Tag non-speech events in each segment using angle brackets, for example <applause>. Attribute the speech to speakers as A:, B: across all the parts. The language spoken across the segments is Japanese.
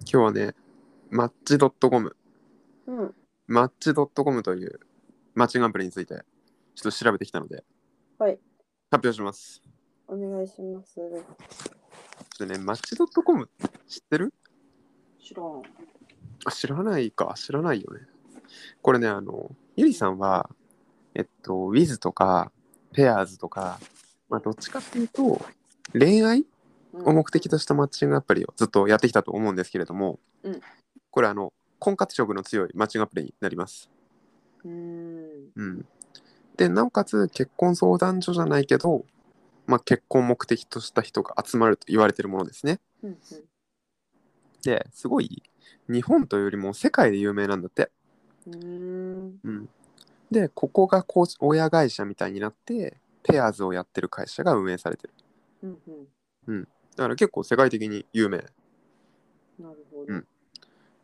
A: 今日はね、マッチ .com、
B: うん。
A: マッチ .com というマッチングアプリについて、ちょっと調べてきたので、
B: はい。
A: 発表します。
B: お願いします。
A: ちょっとね、マッチ .com 知ってる
B: 知らん。
A: あ知らないか、知らないよね。これね、あの、ゆりさんは、えっと、ウィズとか、ペアーズとか、まあ、どっちかっていうと、恋愛を目的としたマッチングアプリをずっとやってきたと思うんですけれども、
B: うん
A: これあの婚活色の強いマッチングアプリになります。
B: うん。
A: うん、でなおかつ結婚相談所じゃないけど、まあ、結婚目的とした人が集まると言われてるものですね。
B: うん。
A: ですごい日本というよりも世界で有名なんだって。
B: うん。
A: うん、でここがこう親会社みたいになってペアーズをやってる会社が運営されてる。
B: うん。
A: だから結構世界的に有名。
B: なるほど。
A: うん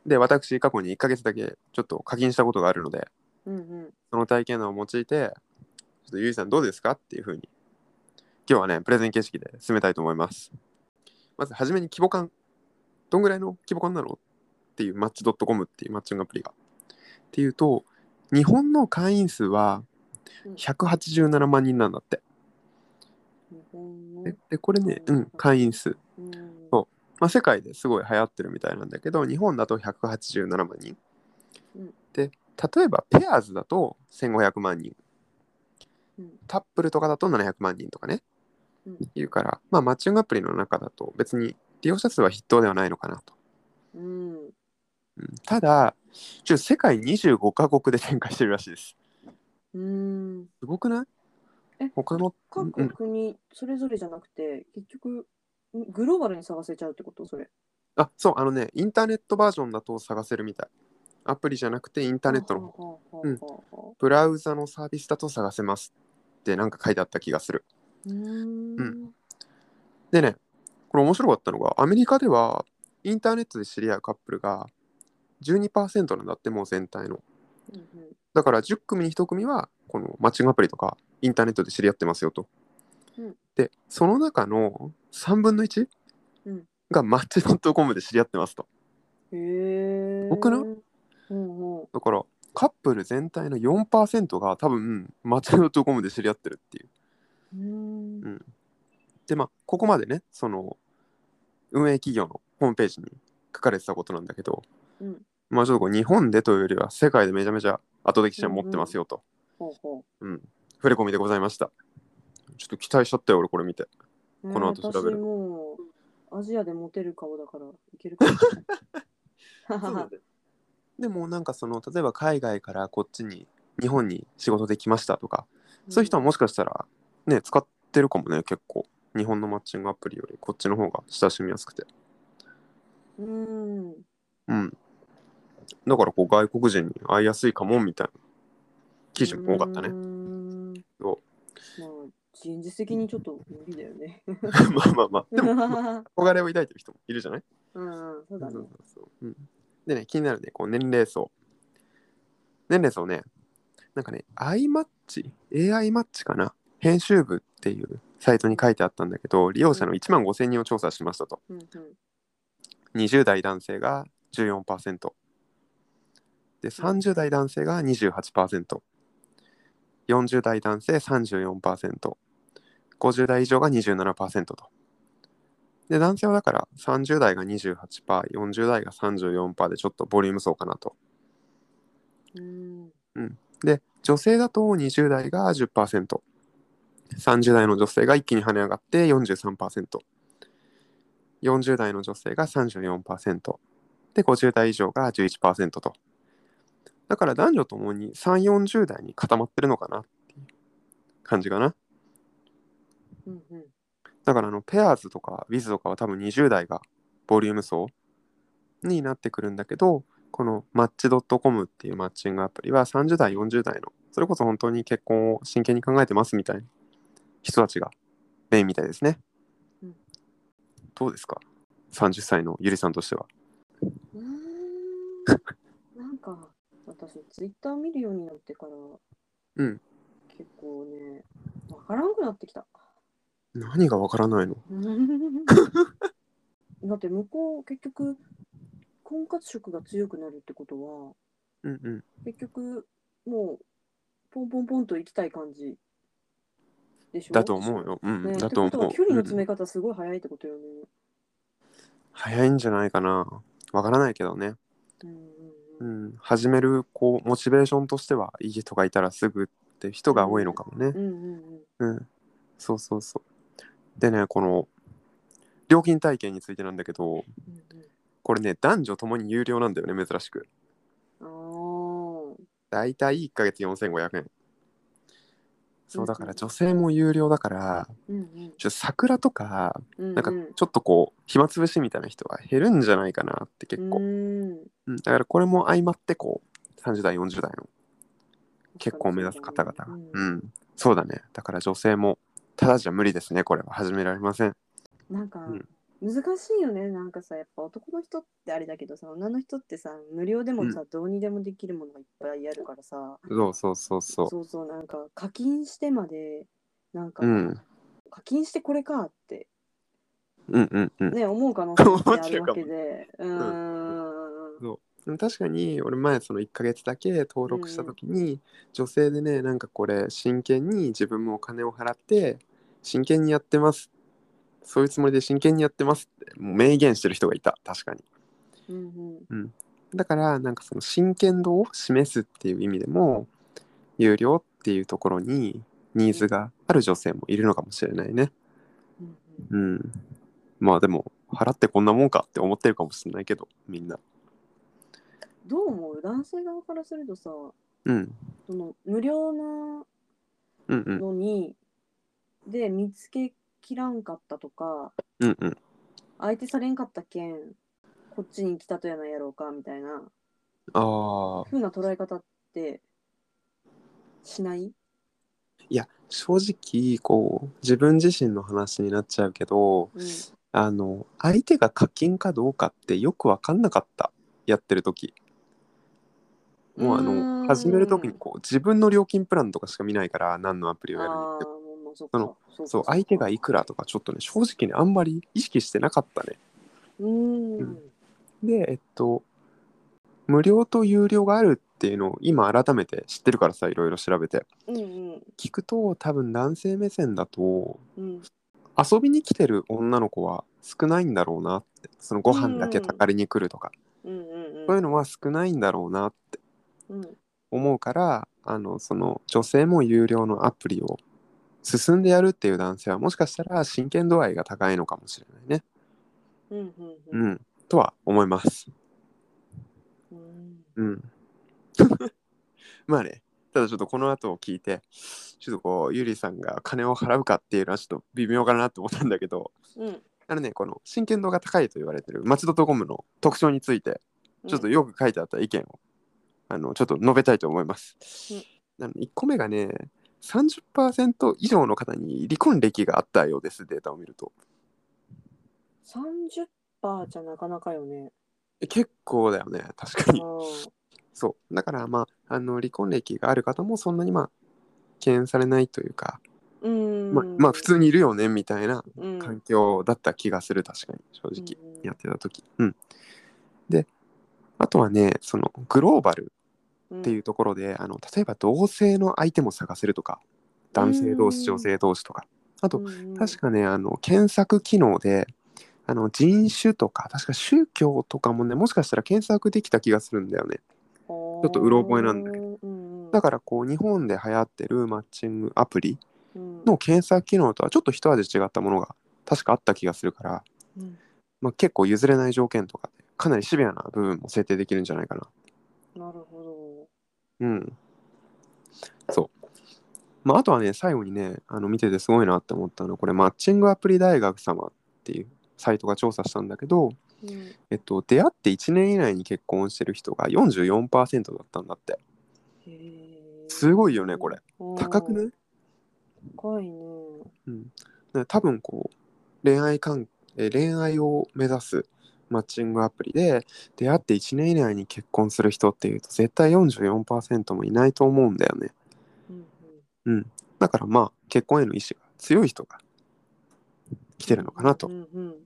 A: で私過去に1ヶ月だけちょっと課金したことがあるので
B: うん。うん。
A: その体験談を用いて、ちょっとゆいさんどうですかっていうふうに、今日はね、プレゼン形式で進めたいと思います。まずはじめに規模感。どんぐらいの規模感なのっていうマッチ .com っていうマッチングアプリが。っていうと、日本の会員数は
B: うん
A: 187万人なんだって。
B: 日本の
A: で、でこれね、うん、会員数。
B: うん
A: そうまあ、世界ですごい流行ってるみたいなんだけど、日本だと187万人
B: うん。
A: で、例えばペアーズだと1500万人。
B: うん。
A: タップルとかだと700万人とかね、
B: うん
A: いうから、まあ、マッチングアプリの中だと別に利用者数は筆頭ではないのかなと。
B: う
A: う
B: ん。
A: んただ、ちょっと世界25カ国で展開してるらしいです。
B: うん。
A: すごくない
B: え
A: 他の、うんう
B: 各
A: ん
B: 国それぞれじゃなくて、結局、んグローバルに探せちゃうってことそれ。
A: あ、そう、あのね、インターネットバージョンだと探せるみたい。アプリじゃなくてインターネットの
B: の。
A: うん
B: は
A: ブラウザのサービスだと探せますってなんか書いてあった気がする。
B: う。
A: うんでね、これ面白かったのが、アメリカではインターネットで知り合うカップルが12%なんだって、もう全体の。
B: うん
A: だから10組に1組はこのマッチングアプリとかインターネットで知り合ってますよと。
B: うん
A: でその中の3分の1
B: うん
A: がマッチドットコムで知り合ってますと。
B: へえ。
A: 僕の
B: うんうん。
A: だからカップル全体の4%が多分マッチドットコムで知り合ってるっていう。
B: うん。
A: でまあここまでねその運営企業のホームページに書かれてたことなんだけど、
B: うん
A: まあちょっとこう日本でというよりは世界でめちゃめちゃ後的視は持ってますよと。
B: ほうほ
A: うん。触れ込みでございました。ちょっと期待しちゃったよ俺これ見て。
B: う。ね
A: この後調べる
B: 私もうアジアでモテる顔だからいけるかもしれ
A: そう
B: な
A: だ
B: い
A: ねでもなんかその例えば海外からこっちに日本に仕事で来ましたとか、 <laughs> そういう人はもしかしたらね使ってるかもね結構日本のマッチングアプリよりこっちの方が親しみやすくて
B: うん。
A: うんだからこう外国人に会いやすいかもみたいな記事も多かった
B: うー
A: ね
B: ん
A: そう
B: まあ、現実的にちょっと無理だよね。
A: <laughs> まあまあまあでも
B: <laughs> う
A: 憧れを抱いてる人もいるじゃない
B: ん、そうだ
A: そ
B: ね
A: う。そうそううんでね気になるねこう年齢層年齢層ねなんかね iMatch AI マッチかな編集部っていうサイトに書いてあったんだけど利用者の1万5000人を調査しましたと
B: うんうん
A: 20代男性が14%で30代男性が 28%40 代男性 34%50 代以上が27%とで男性はだから30代が 28%40 代が34%でちょっとボリューム層かなと
B: うん
A: で女性だと20代が 10%30 代の女性が一気に跳ね上がって 43%40 代の女性が34%で50代以上が11%とだから男女ともに340代に固まってるのかなっていう感じかな
B: うんうん
A: だからあのペアーズとかウィズとかは多分20代がボリューム層になってくるんだけどこのマッチ .com っていうマッチングアプリは30代40代のそれこそ本当に結婚を真剣に考えてますみたいな人たちがメインみたいですね、
B: うん
A: どうですか30歳のゆりさんとしては
B: うーん。なんか、私、ツイッター見るようになってから、
A: うん
B: 結構ね、わからんくなってきた。
A: 何
B: <laughs>
A: がわからないの
B: だって向こう結局活色が強くなるってことは
A: うんうん
B: 結局もうポンポンポンと行きたい感じでしょ
A: だと思うよ、うん
B: ね、
A: だと
B: ってこと
A: 思
B: は
A: う
B: 距離の詰
A: うん
B: め方すごい早いってことよね。
A: 早いんじゃないかなわからないけどね、
B: うんうんう
A: うんん、始めるこうモチベーションとしてはいい人がいたらすぐって人が多いのかもね
B: うんうん
A: うん、そうそうそう。でね、この料金体系についてなんだけど、
B: うんうん
A: これね、男女ともに有料なんだよね、珍しく。
B: うん。ああ。
A: だいたい1ヶ月4500円。そうだか
B: うんう
A: ら
B: ん
A: 女性も有料だから、
B: うん
A: ちょっと桜とか、
B: うん。
A: なんか
B: う
A: ちょっとこう、暇つぶしみたいな人は減るんじゃないかなって結
B: う
A: 構。
B: ん、
A: うん、だからこれも相まってこう、30代、40代の結構目指す方々が。
B: う
A: うんん、そうだね。だから女性も、ただじゃ無理ですね、これは。始められません。
B: なんか
A: うん
B: 難しいよねなんかさやっぱ男の人ってあれだけどさ女の人ってさ無料でもさ、どうにでもできるものがいっぱいあるからさ
A: そうそうそうそう。
B: そうそうなんか課金してまでなんか、
A: うん
B: 課金してこれかって
A: うんうんうん。
B: ね思う可能性ってあるわ
A: <laughs>
B: け
A: 思っ
B: でうー
A: も
B: ん
A: でも確かに俺前その1ヶ月だけ登録した時に、女性でねなんかこれ真剣に自分もお金を払って真剣にやってますそういうつもりで真剣にやってますってもう明言してる人がいた確かに
B: うんうん
A: だからなんかその真剣度を示すっていう意味でも有料っていうところにニーズがある女性もいるのかもしれないね
B: うんうん
A: うんまあでも払ってこんなもんかって思ってるかもしれないけどみんな
B: どう思う男性側からするとさ
A: うん
B: その無料な
A: うんうん
B: のに、で見つけきらんかったとか
A: うんうん
B: 相手されんかったけんこっちに来たとやないやろうかみたいな
A: ああ
B: 風な捉え方ってしない
A: いや正直こう自分自身の話になっちゃうけど
B: うん
A: あの相手が課金かどうかってよく分かんなかったやってる時もうあ
B: うー
A: の
B: ん
A: 始める時にこう自分の料金プランとかしか見ないから何のアプリを
B: あ
A: や
B: あ
A: るに
B: も
A: しても
B: うもうそ
A: そ
B: っか
A: のそう相手がい
B: い
A: くらとかちょっとね正直ねあんまり意識してなかったね
B: うーんうん
A: でえっと無料と有料があるっていうのを今改めて知ってるからさいろいろ調べて
B: うん
A: 聞くと多分男性目線だと
B: うん
A: 遊びに来てる女の子は少ないんだろうなってそのご飯だけたかりに来るとか、
B: うんうん
A: そういうのは少ないんだろうなって
B: うん
A: 思うからあのその女性も有料のアプリを進んでやるっていう男性はもしかしたら真剣度合いが高いのかもしれないね。
B: うんう
A: うんん、とは思います。
B: うん
A: うん、 <laughs> まあねただちょっとこの後を聞いてちょっとこうゆりさんが金を払うかっていうのはちょっと微妙かなと思ったんだけど
B: うん
A: あのね、この真剣度が高いと言われてる松戸トコムの特徴について、ちょっとよく書いてあった意見を、あのちょっと述べたいと思います。あの1個目がね、30%以上の方に離婚歴があったようです、データを見ると。
B: 30%パーじゃなかなかよね
A: え結構だよね、確か
B: あ
A: に。
B: ー
A: そう。だから、まあ、あの離婚歴がある方もそんなに、まあ、敬遠されないというか、
B: うーん
A: まあ、まあ、普通にいるよね、みたいな
B: うん
A: 環境だった気がする、確かに、正直。
B: うん
A: やってた時。うん。で、あとはね、そのグローバル
B: うん
A: っていうところで、あの例えば同性の相手も探せるとか、男性同士、
B: うん
A: 女性同士とか。あと、確
B: か
A: かね、あの検索機能で、あの人種とか、確か宗教とかもね、もしかしたら検索できた気がするんだよね。
B: ちょ
A: ょっとうろ覚えなんだけ
B: ど、うんうん、
A: だからこう、日本で流行ってるマッチングアプリ
B: ら
A: の検索機能とはちょっと一味違ったものが確かあった気がするから、
B: うん
A: まあ、結構譲れない条件とかで、かなりシビアな部分も制定できるんじゃないかな。
B: なるほ
A: うん。そう。まあ、あとはね、最後にね、あの見ててすごいなって思ったのは、これ、マッチングアプリ大学様っていうサイトが調査したんだけど、
B: ど、うん
A: えっと、出会って1年以内に結婚してる人が44%だったんだって。すごいよね、これ。高く
B: ね
A: ない、
B: 高いね
A: うん、だから多分こう、恋愛関えー恋愛を目指すマッチングアプリで、出会って1年以内に結婚する人っていうと、絶対44%もいないと思うんだよね。
B: うん
A: だからまあ結婚への意志が強い人が来てるのかな
B: う
A: と
B: んうんうん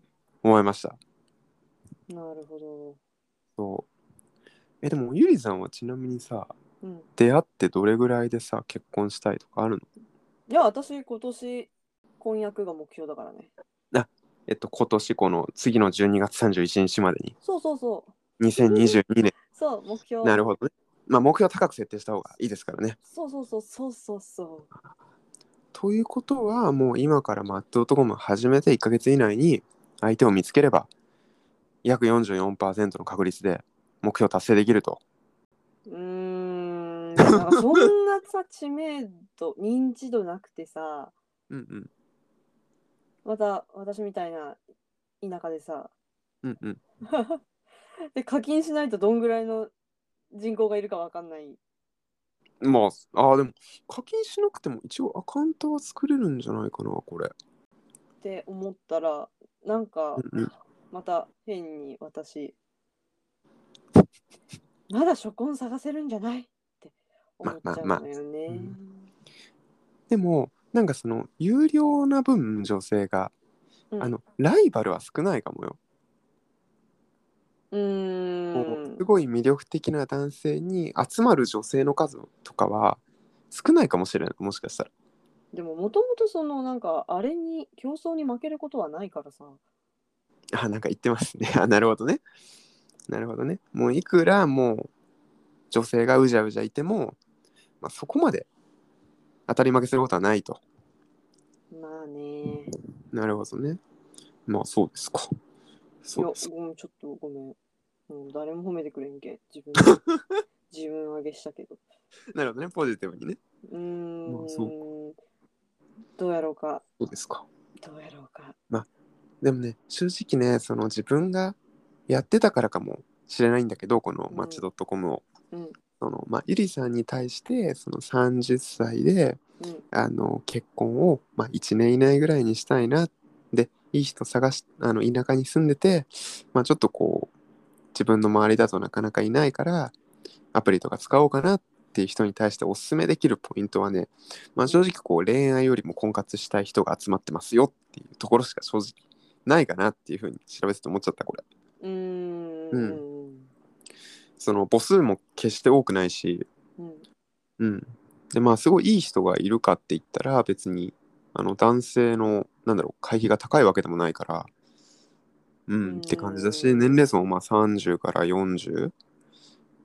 A: 思いました。
B: なるほど
A: そうえでもゆりさんはちなみにさ
B: うん。
A: 出会ってどれぐらいでさ結婚したいとかあるの
B: いや、私、今年、婚約が目標だからね。
A: えっと今年この次の12月31日までに
B: そうそうそう。
A: 2022年
B: そう、目標。
A: なるほどねまあ目標高く設定した方がいいですからね
B: そうそうそうそうそうそ
A: ということはもう今からマット男も始めて1ヶ月以内に相手を見つければ約44%の確率で目標達成できると
B: う。うーん。なんかそんなさ、 <laughs> 知名度、認知度なくてさ、
A: うんうん
B: また私みたいな田舎でさ、
A: うんうん
B: で課金しないとどんぐらいの人口がいるかわかんない。
A: まあ、ああ、でも課金しなくても一応アカウントは作れるんじゃないかな、これ。
B: って思ったらなんか
A: うんうん
B: また変に私まだ初婚探せるんじゃないって思っちゃうのよね。
A: まあまあまあでも、なんかその、有料な分、女性が、
B: うん
A: あの、ライバルは少ないかもよ。
B: うー
A: こうんすごい魅力的な男性に集まる女性の数とかは少ないかもしれない、もしかしたら。
B: でももともとそのなんかあれに競争に負けることはないからさ
A: あ、なんか言ってますね。あ、なるほどね。なるほどね。もういくらもう、女性がうじゃうじゃいても、まあ、そこまで当たり負けすることはないと。
B: まあね
A: なるほどね。まあ、そうですか。
B: い
A: そう
B: や
A: です <laughs> か
B: うんちょっとごめん、うん、誰も褒めてくれんけん自
A: <laughs>
B: 分自分あげしたけど
A: なるほどね、ポジティブにね。
B: うーん、
A: まあそう
B: どうやろうか
A: そうですか。
B: どうやろうか
A: でもね、正直ね、その自分がやってたからかもしれないんだけど、この
B: うん
A: マッチドットコムを。
B: うん
A: そのまあ、ゆりさんに対して、その30歳で
B: うん
A: あの結婚を、まあ、1年以内ぐらいにしたいな。で、いい人探し、あの田舎に住んでて、まあ、ちょっとこう、自分の周りだとなかなかいないから、アプリとか使おうかなっていう人に対しておすすめできるポイントはね、まあ、正直こう恋愛よりも婚活したい人が集まってますよっていうところしか正直ないかなっていうふうに調べてて思っちゃったこれ
B: うーん
A: う
B: うん
A: その母数も決して多くないし
B: うん
A: うんでまあすごいいい人がいるかって言ったら別にあの男性のなんだろう会費が高いわけでもないからうん、
B: うん
A: って感じだし年齢層もまあ30から40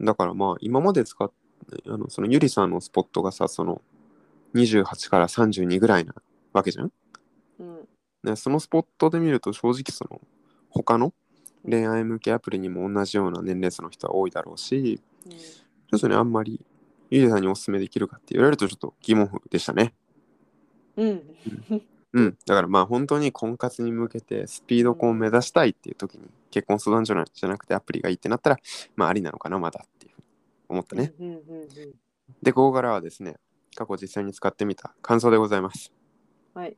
A: だからまあ今まで使っあのそのゆりさんのスポットがさその28から32ぐらいなわけじゃん
B: うん
A: ね、そのスポットで見ると正直その他の恋愛向けアプリにも同じような年齢層の人は多いだろうしちょっとねあんまりゆりさんにお勧めできるかって言われるとちょっと疑問符でしたね
B: うん
A: うんだからまあ本当に婚活に向けてスピード婚を目指したいっていう時に結婚相談所じゃなくてアプリがいいってなったらまあありなのかなまだっていうふうに思ったね
B: うんうんうん
A: でここからはですね過去実際に使ってみた感想でございます
B: はい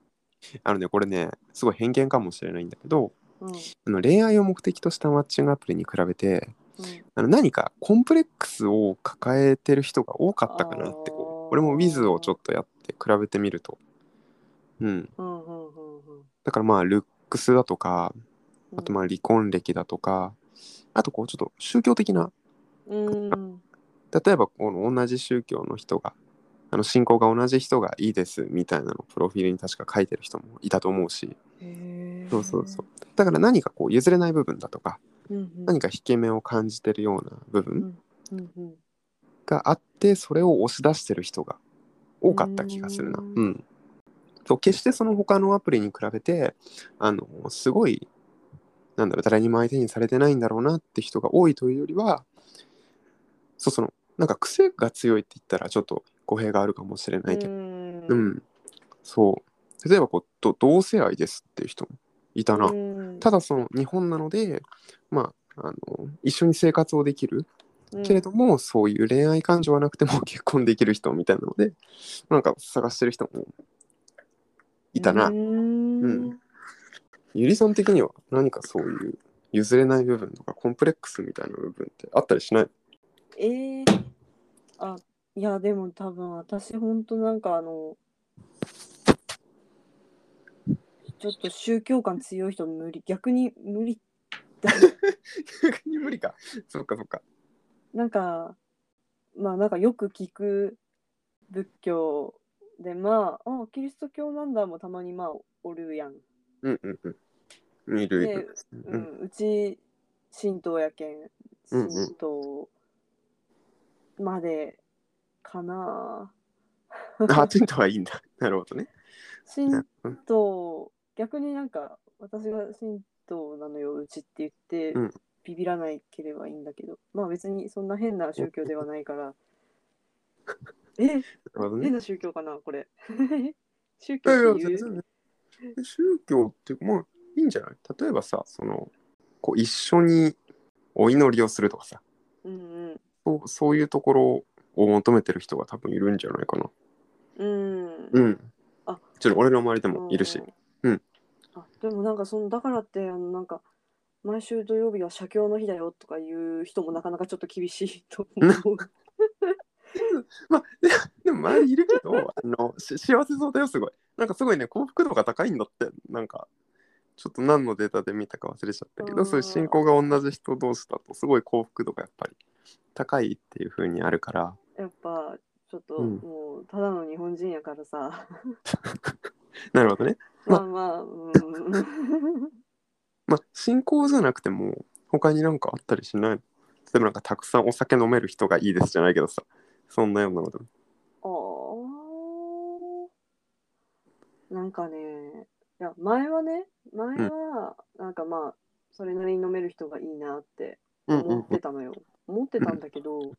A: あのねこれねすごい偏見かもしれないんだけど
B: うん
A: あの恋愛を目的としたマッチングアプリに比べて
B: うん
A: あの何かコンプレックスを抱えてる人が多かったかなってこ
B: あー
A: う俺も Wiz をちょっとやって比べてみるとうん
B: うんうんうんうん
A: だからまあルックスだとか
B: うん
A: あとまあ離婚歴だとかあとこうちょっと宗教的な
B: うん
A: 例えばこの同じ宗教の人があの信仰が同じ人がいいですみたいなのプロフィールに確か書いてる人もいたと思うし
B: へえ
A: そうそうそうだから何かこう譲れない部分だとか
B: うんうん
A: 何か引け目を感じてるような部分
B: うんうん
A: があってそれを押し出してる人が多かった気がするな。
B: う
A: うんん、そう決してその他のアプリに比べてあのすごいなんだろう誰にも相手にされてないんだろうなって人が多いというよりはそうそのなんか癖が強いって言ったらちょっと語弊があるかもしれないけど、う
B: うんん
A: そう例えばこうど同性愛ですっていう人もいたな。
B: うん
A: ただその日本なので、まあ、あの一緒に生活をできる
B: うん
A: けれども、そういう恋愛感情はなくても結婚できる人みたいなのでなんか探してる人もいたな、
B: うん
A: うんゆりさん的には何かそういう譲れない部分とかコンプレックスみたいな部分ってあったりしない
B: えーあいやでも多分私ほんとなんかあのちょっと宗教感強い人無理逆に無理
A: 逆 <laughs> に無理か。そっかそっか。
B: なんかまあなんかよく聞く仏教でまああキリスト教なんだもたまにまあおるやん。
A: うんうんうん。いるい
B: で
A: る。、
B: う、
A: うん
B: うち神道やけん
A: うんうん
B: 神道までかな。
A: あ、ちんとはいいんだ。なるほどね。
B: 神
A: うん
B: 道逆になんか私が神道なのようちって言って、
A: うん
B: ビビらないければいいんだけどまあ別にそんな変な宗教ではな
A: <laughs>
B: いから。え
A: なるほどね
B: 変。な宗教かなこれ <laughs> 宗
A: いやい
B: 教
A: や
B: ってい
A: 全
B: う
A: 然ね宗教ってまあいいんじゃない例えばさそのこう一緒にお祈りをするとかさ
B: うん
A: そうそういうところを求めてる人が多分いるんじゃないかな
B: うんうん
A: うん
B: あ
A: ちょっと俺の周りでもいるしうん
B: あでもなんかそのだからってあのなんか毎週土曜日は写経の日だよとかいう人もなかなかちょっと厳しいと
A: <laughs>
B: 思う
A: まあででも <laughs> 周りいるけどあのし幸せそうだよすごいなんかすごいね幸福度が高いんだってなんかちょっと何のデータで見たか忘れちゃったけ
B: う
A: ど
B: ん
A: そういう信仰が同じ人同士だとすごい幸福度がやっぱり高いっていう風にあるから <laughs>
B: やっぱちょっと
A: うん
B: もうただの日本人やからさ
A: なるほどね
B: まあまあうん
A: まあ、信仰じゃなくても他になんかあったりしない例えばなんかたくさんお酒飲める人がいいですじゃないけどさそんなようなのでも
B: あーなんかね、いや前はね、前は、なんかまあ、それなりに飲める人がいいなって
A: うんう
B: 思
A: ん
B: ってたのよ。思ってたんだけど、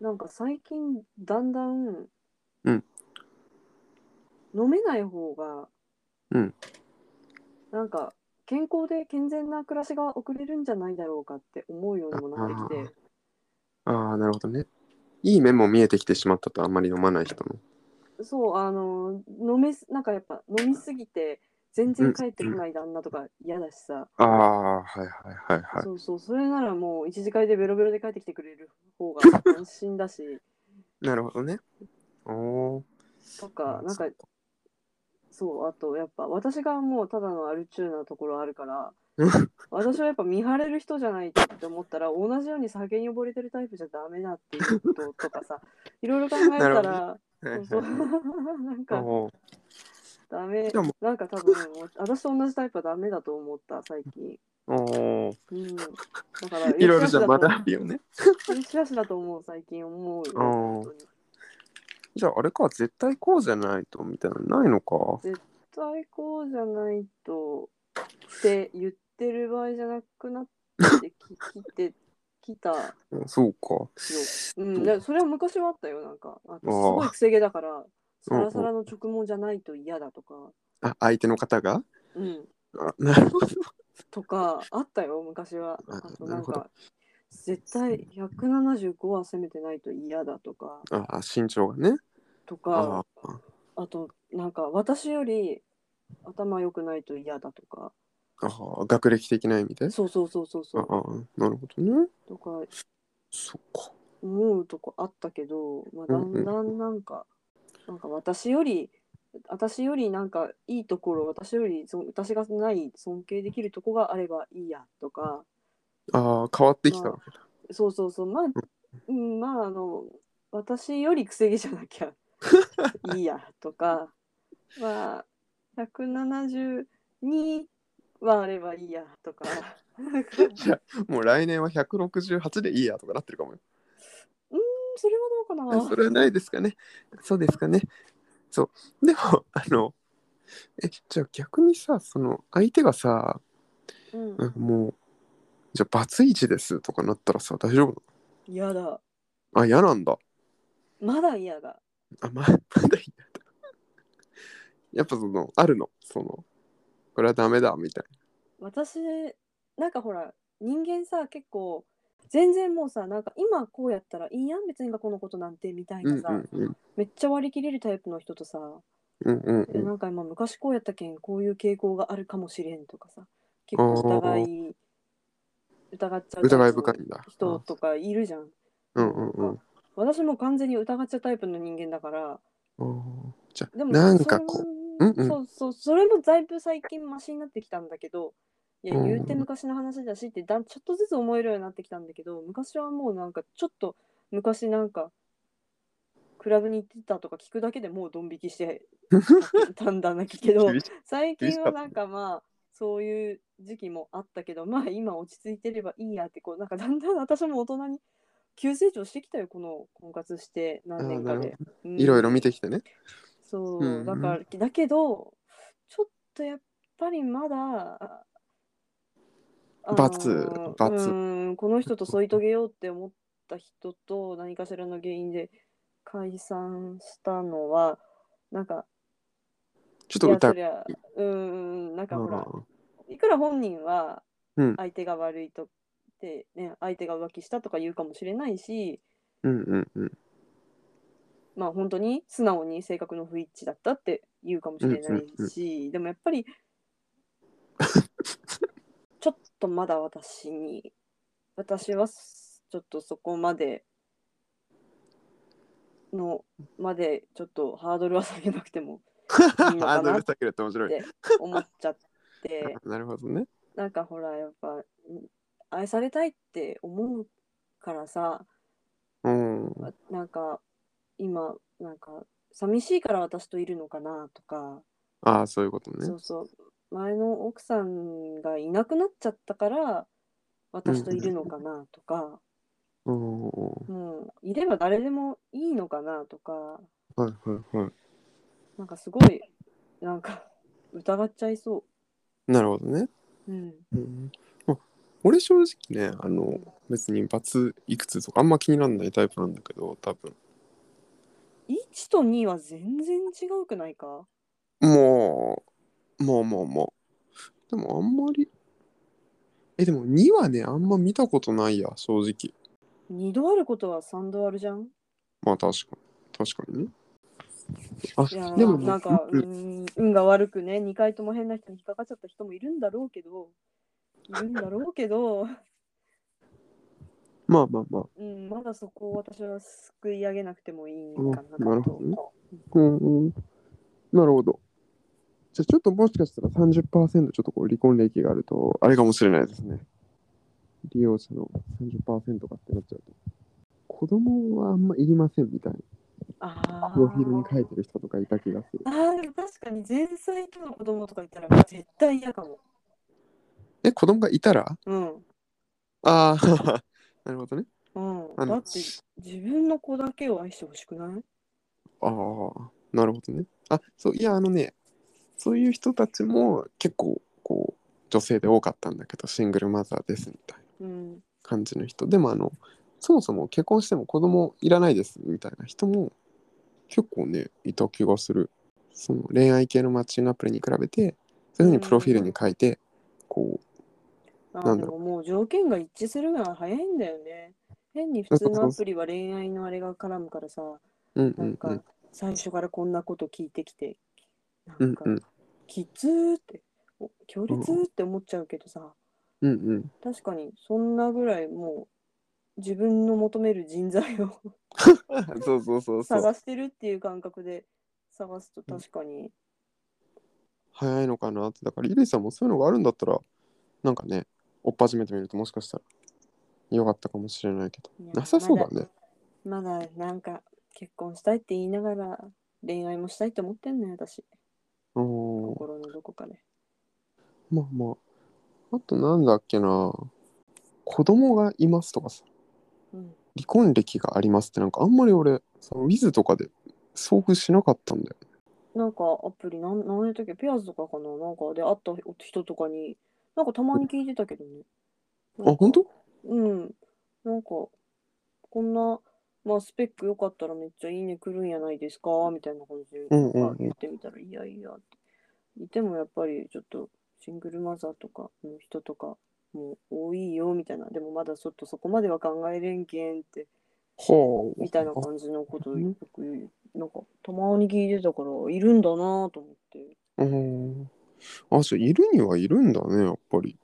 B: なんか最近、だんだん、
A: うん
B: 飲めない方が、
A: うん
B: なんか、健康で健全な暮らしが送れるんじゃないだろうかって思うようにもなってきて。
A: ああなるほどねいい面も見えてきてしまったとあんまり飲まない人の
B: そうあの飲めすなんかやっぱ飲みすぎて全然帰ってこない旦那とか嫌だしさ、
A: ああはいはいはいはい
B: そうそうそれならもう一時会でベロベロで帰ってきてくれる
A: <laughs>
B: 方が安心だし
A: なるほどねおお
B: とかなんかそうあとやっぱ私がもうただのアルチューなところある
A: <laughs>
B: から
A: うん
B: 私はやっぱ見張れる人じゃないって思ったら同じように酒に溺れてるタイプじゃダメだっていうこととか
A: <laughs>
B: さいろいろ考え
A: な
B: た
A: る
B: ら、そうそう <laughs>
A: はい
B: なん
A: はい
B: か
A: おー
B: ダメ
A: でも
B: なんか多分もう私と同じタイプはダメだと思った最近
A: おー
B: うんだから
A: <laughs> いろいろじゃま
B: よしよしだと
A: だあるよね
B: よしよしだと思う最近思うよ
A: あー
B: 本当に
A: じゃああれか絶対こうじゃないとみたいなのないのか
B: 最高じゃないとって言ってる場合じゃなくなってききてきたよ
A: うんそうか
B: うんだからそれは昔はあったよなんかあす
A: ー
B: ごいくせ毛だからサラサラの直毛じゃないと嫌だとか
A: あ相手の方が
B: うん
A: あなるほど
B: とかあったよ昔は
A: あ
B: あと
A: な
B: な
A: る
B: ん
A: ほど
B: か絶対175は攻めてないと嫌だとか
A: あ身長がね
B: と
A: あ
B: か
A: あ
B: あとなんか私より頭良くないと嫌だとか
A: ああ、学歴的な意味で
B: そうそうそうそうそ
A: ああ
B: う、
A: なるほどね。
B: とか
A: そっか。
B: 思うとこあったけど、まあ、
A: う
B: だ
A: んうん
B: んだんなんか、なんか私より私よりなんかいいところ私よりそ私がない尊敬できるとこがあればいいやとか
A: ああ、変わってきたわけだ。
B: そうそうそう、まあ、うん、まあ、あの、私よりくせ毛じゃなき <laughs> ゃいいやとか、まあ、172はあればいいやと <laughs> か、なんかうん
A: じゃあ <laughs> もう来年は168でいいやとかなってるかもよ。
B: それはどうか
A: そ
B: な。
A: れはないですかね。そうですかね。そう。でも、あの、え、じゃあ逆にさ、その相手がさ、
B: うん
A: なんかもう、じゃあバツイチですとかなったらさ、大丈夫な
B: 嫌だ。
A: のあ、嫌なんだ。
B: まだ嫌だ。
A: あ、 <laughs> ま、まだ嫌だ。やっぱその、あるの。その、これはダメだみたい
B: 私、なんかほら、人間さ、結構、全然もうさ、なんか今こうやったらいいやん、別にこのことなんてみたい
A: な。う
B: なんさ、
A: うんうん。
B: めっちゃ割り切れるタイプの人とさ、
A: うんうん
B: え
A: うん。
B: なんか今昔こうやったけんこういう傾向があるかもしれんとかさ結構疑い疑っちゃうタイプ
A: 疑
B: の
A: い深いんだ。
B: 人とかいるじゃん
A: うんうんうん。
B: 私も完全に疑っちゃうタイプの人間だから
A: おーじゃあ
B: でも
A: なんかこ
B: それ
A: うんうん
B: そうそうそれもだいぶ最近マシになってきたんだけどいや
A: うん
B: 言うて昔の話だしってだんちょっとずつ思えるようになってきたんだけど昔はもうなんかちょっと昔なんかクラブに行ってたとか聞くだけでもうドン引きして
A: <laughs>
B: たんだんだけど
A: 厳しい
B: 最近はなんかまあそういう時期もあったけどまあ今落ち着いてればいいやってこうなんかだんだん私も大人に急成長してきたよこの婚活して何年か
A: あーな
B: で
A: る。いろいろ見
B: て
A: てきてね。
B: そう、
A: うん
B: だからだけどちょっとやっぱりまだあの
A: 罰罰
B: うんこの人と添い遂げようって思った人と何かしらの原因で解散したのはなんか
A: ちょっ
B: い
A: と歌。
B: やそうりゃうんなんかほら
A: あー
B: いくら本人は
A: うん
B: 相手が悪いとって、ね相手が浮気したとか言うかもしれないし
A: うんうんうん。
B: まあ本当に素直に性格の不一致だったって言うかもしれないし、でもやっぱりちょっとまだ私に私はすちょっとそこまでのまでちょっとハードルは下げなくてもいいのかな
A: アドル下げるって面白
B: っ
A: い。
B: て思っちゃ <laughs> って。
A: なるほどね。
B: なんかほらやっぱん愛されたいって思うからさ
A: うん。
B: あなんか今なんか寂しいから私といるのかなとか、
A: ああ、そういうことね
B: そ。うそう前の奥さんがいなくなっちゃったから私といるのかなとか、
A: うん。
B: もういれば誰でもいいのかなとか
A: はいはいは
B: なんかすごいなんか疑っちゃいそ
A: い。なるほどね。
B: う。うん、
A: うん、あ俺正直ねあの別に罰いくつとかあんま気にならないタイプなんだけど多分
B: 1と2は全然違うくないか
A: もうもうもうもうでもあんまりえでも2はねあんま見たことないや正直
B: ?2 度あることは3度あるじゃん
A: まあ確かに確かにねあ
B: いや
A: でも
B: なんか、う
A: うん
B: ん、運が悪くね、2回とも変な人に引っかかっちゃった人もいるんだろうけど、いるんだろうけど、
A: まあまあまあ
B: うん、まだそこを私は救い上げなくてもいい
A: うん
B: かなと。
A: なるほどねうんうんなるほどじゃあちょっともしかしたら30%ちょっとこう離婚歴があるとあれかもしれないですね利用者の30%がってなっちゃうと子供はあんまいりませんみたいな
B: あ
A: プロフィールに書いてる人とかいた気がする
B: あー、でも確かに前妻との子供とかいたら絶対嫌かも。
A: え子供がいたら
B: うん。
A: ああ <laughs> なるほどね
B: うん、
A: あ
B: だ
A: の
B: って自分の子だけを愛してほしくない
A: ああなるほどねあそういやあのねそういう人たちも結構こう女性で多かったんだけどシングルマザーですみたいな
B: うん。
A: 感じの人でもあのそもそも結婚しても子供いらないですみたいな人も結構ねいた気がするその恋愛系のマッチングアプリに比べてそういうふうにプロフィールに書いてこ
B: あ
A: な
B: ー
A: ん
B: で
A: だろ
B: ももう条件が一致するのは早いんだよね。変に普通のアプリは恋愛のあれが絡むからさ。
A: ううんう
B: なん
A: んう
B: か
A: ん
B: 最初からこんなこと聞いてきて、な
A: うんん
B: か
A: うん
B: きつーって、お強烈ーって思っちゃうけどさ、
A: うんうん
B: 確かにそんなぐらいもう自分の求める人材を <laughs>
A: <laughs> そうそうそうそう
B: 探してるっていう感覚で探すと確かに、
A: 早いのかなってだからゆりさんもそういうのがあるんだったらなんかね追っ始めてみるともしかしたらよかったかもしれないけど
B: いや
A: なさそうだね
B: まだまだなんか結婚したいって言いながら恋愛もしたいって思ってんのよ私
A: うん
B: 心のどこかで
A: まあまあ。あとなんだっけな。子供がいますとかさ、
B: うん
A: 離婚歴がありますってなんかあんまり俺、そのウィズとかで遭遇しなかったんだよ。
B: なんかアプリなん何やったっけピアーズとかかななんかで会った人とかになんかたまに聞いてたけどね。なん
A: あ、
B: か
A: 本当
B: うん。なんかこんな、まあ、スペック良かったらめっちゃいいね来るんやないですかみたいな感じで
A: うん
B: な
A: う
B: ん
A: んうん
B: か言ってみたら、いやいやって。いてもやっぱりちょっとシングルマザーとかの人とかも多いよみたいなでもまだちょっとそこまでは考えれんけんって
A: はあ。
B: みたいな
A: あ
B: 感じのことを
A: うん
B: よくなんかたまに聞いてたからいるんだなぁと思って。
A: うん。あ、そう、いるにはいるんだね、やっぱり。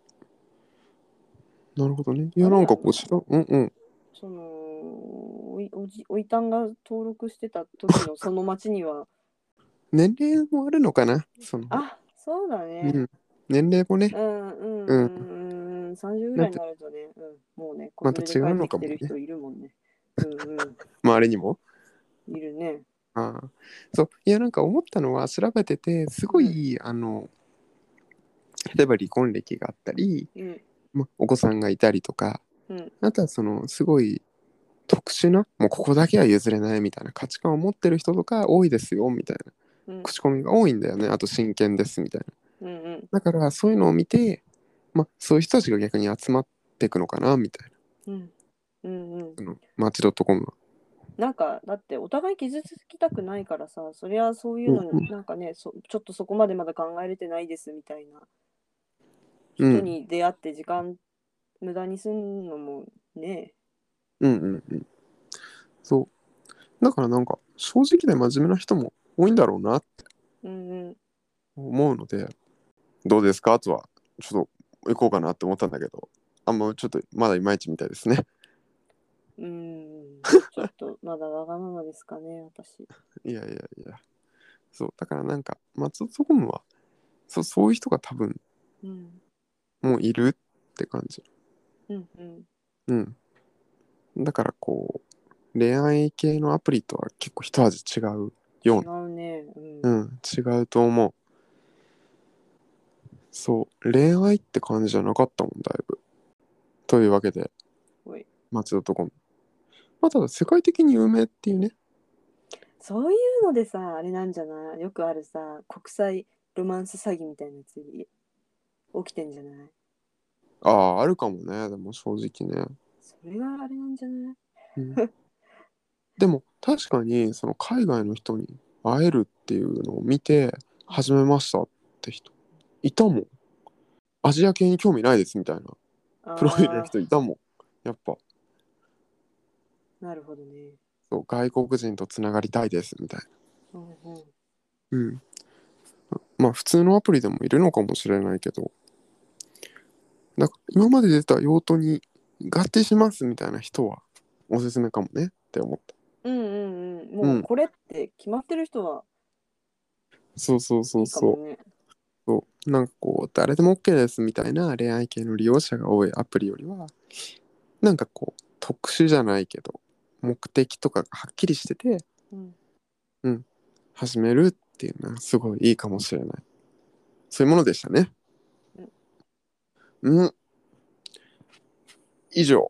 A: なるほどね。いや、
B: あれ
A: なんかこう、しらうんうん。
B: そのおいおじおいたんが登録してた時のその町には
A: 年齢もあるのかなその。
B: あそうだね、
A: うん。年齢もね
B: うんうんうんうん30ぐらいになるとね、うん、もうね、こ
A: また違うのかもね
B: てきてる人いるもんね。うん
A: 周りにも
B: うん、いるね。
A: ああそういやなんか思ったのは調べててすごいあの例えば離婚歴があったり、
B: うん
A: ま、お子さんがいたりとか
B: うん
A: あとはそのすごい特殊なもうここだけは譲れないみたいな価値観を持ってる人とか多いですよみたいな
B: うん
A: 口コミが多いんだよねあと真剣ですみたいな
B: うんうん
A: だからそういうのを見て、ま、そういう人たちが逆に集まっていくのかなみたいな
B: うんうんうん
A: そのマッチドットコムは
B: なんかだってお互い傷つきたくないからさそりゃそういうの
A: うんう
B: になんかねそちょっとそこまでまだ考えれてないですみたいな
A: う
B: 人
A: ん
B: に出会って時間無駄にすんのもね
A: うんうんうんそうだからなんか正直で真面目な人も多いんだろうなって
B: うんうん
A: 思うのでどうですかとはちょっと行こうかなって思ったんだけどあんまちょっとまだいまいちみたいですね
B: うんちょっとまだわがままですか
A: <laughs>
B: ね私
A: いやいやいやそうだからなんか松戸コムはそうそういう人が多分
B: うん
A: もういるって感じ
B: うんうん
A: うんだからこう恋愛系のアプリとは結構一味違うような
B: 違うねうん
A: うん、違うと思う。そう、恋愛って感じじゃなかったもん、だいぶ。というわけで
B: ほい、
A: 松戸とこまあ、ただ世界的に有名っていうね。
B: そういうのでさあれなんじゃないよくあるさ国際ロマンス詐欺みたいなやつ起きてんじゃない
A: ああ、あるかもね、でも正直ね。
B: それがあれなんじゃない
A: うん、でも、確かに、その海外の人に会えるっていうのを見て、始めましたって人、いたもん。アジア系に興味ないですみたいな、
B: あー
A: プロフィールの人いたもん。やっぱ、
B: なるほどね。
A: そう外国人とつながりたいですみたいな。
B: うんうん、
A: うん。まあ普通のアプリでもいるのかもしれないけど、なんか今まで出た用途に合致しますみたいな人はおすすめかもねって思った。
B: うんうんうん。
A: う
B: も
A: ん
B: うこれって決まってる人は
A: そうそうそ
B: いういか
A: そう
B: もね。
A: そう。なんかこう誰でも OK ですみたいな恋愛系の利用者が多いアプリよりは、なんかこう特殊じゃないけど、目的とかがはっきりしてて
B: うん
A: 始めるっていうのはすごいいいかもしれない。そういうものでしたね。うん。以上。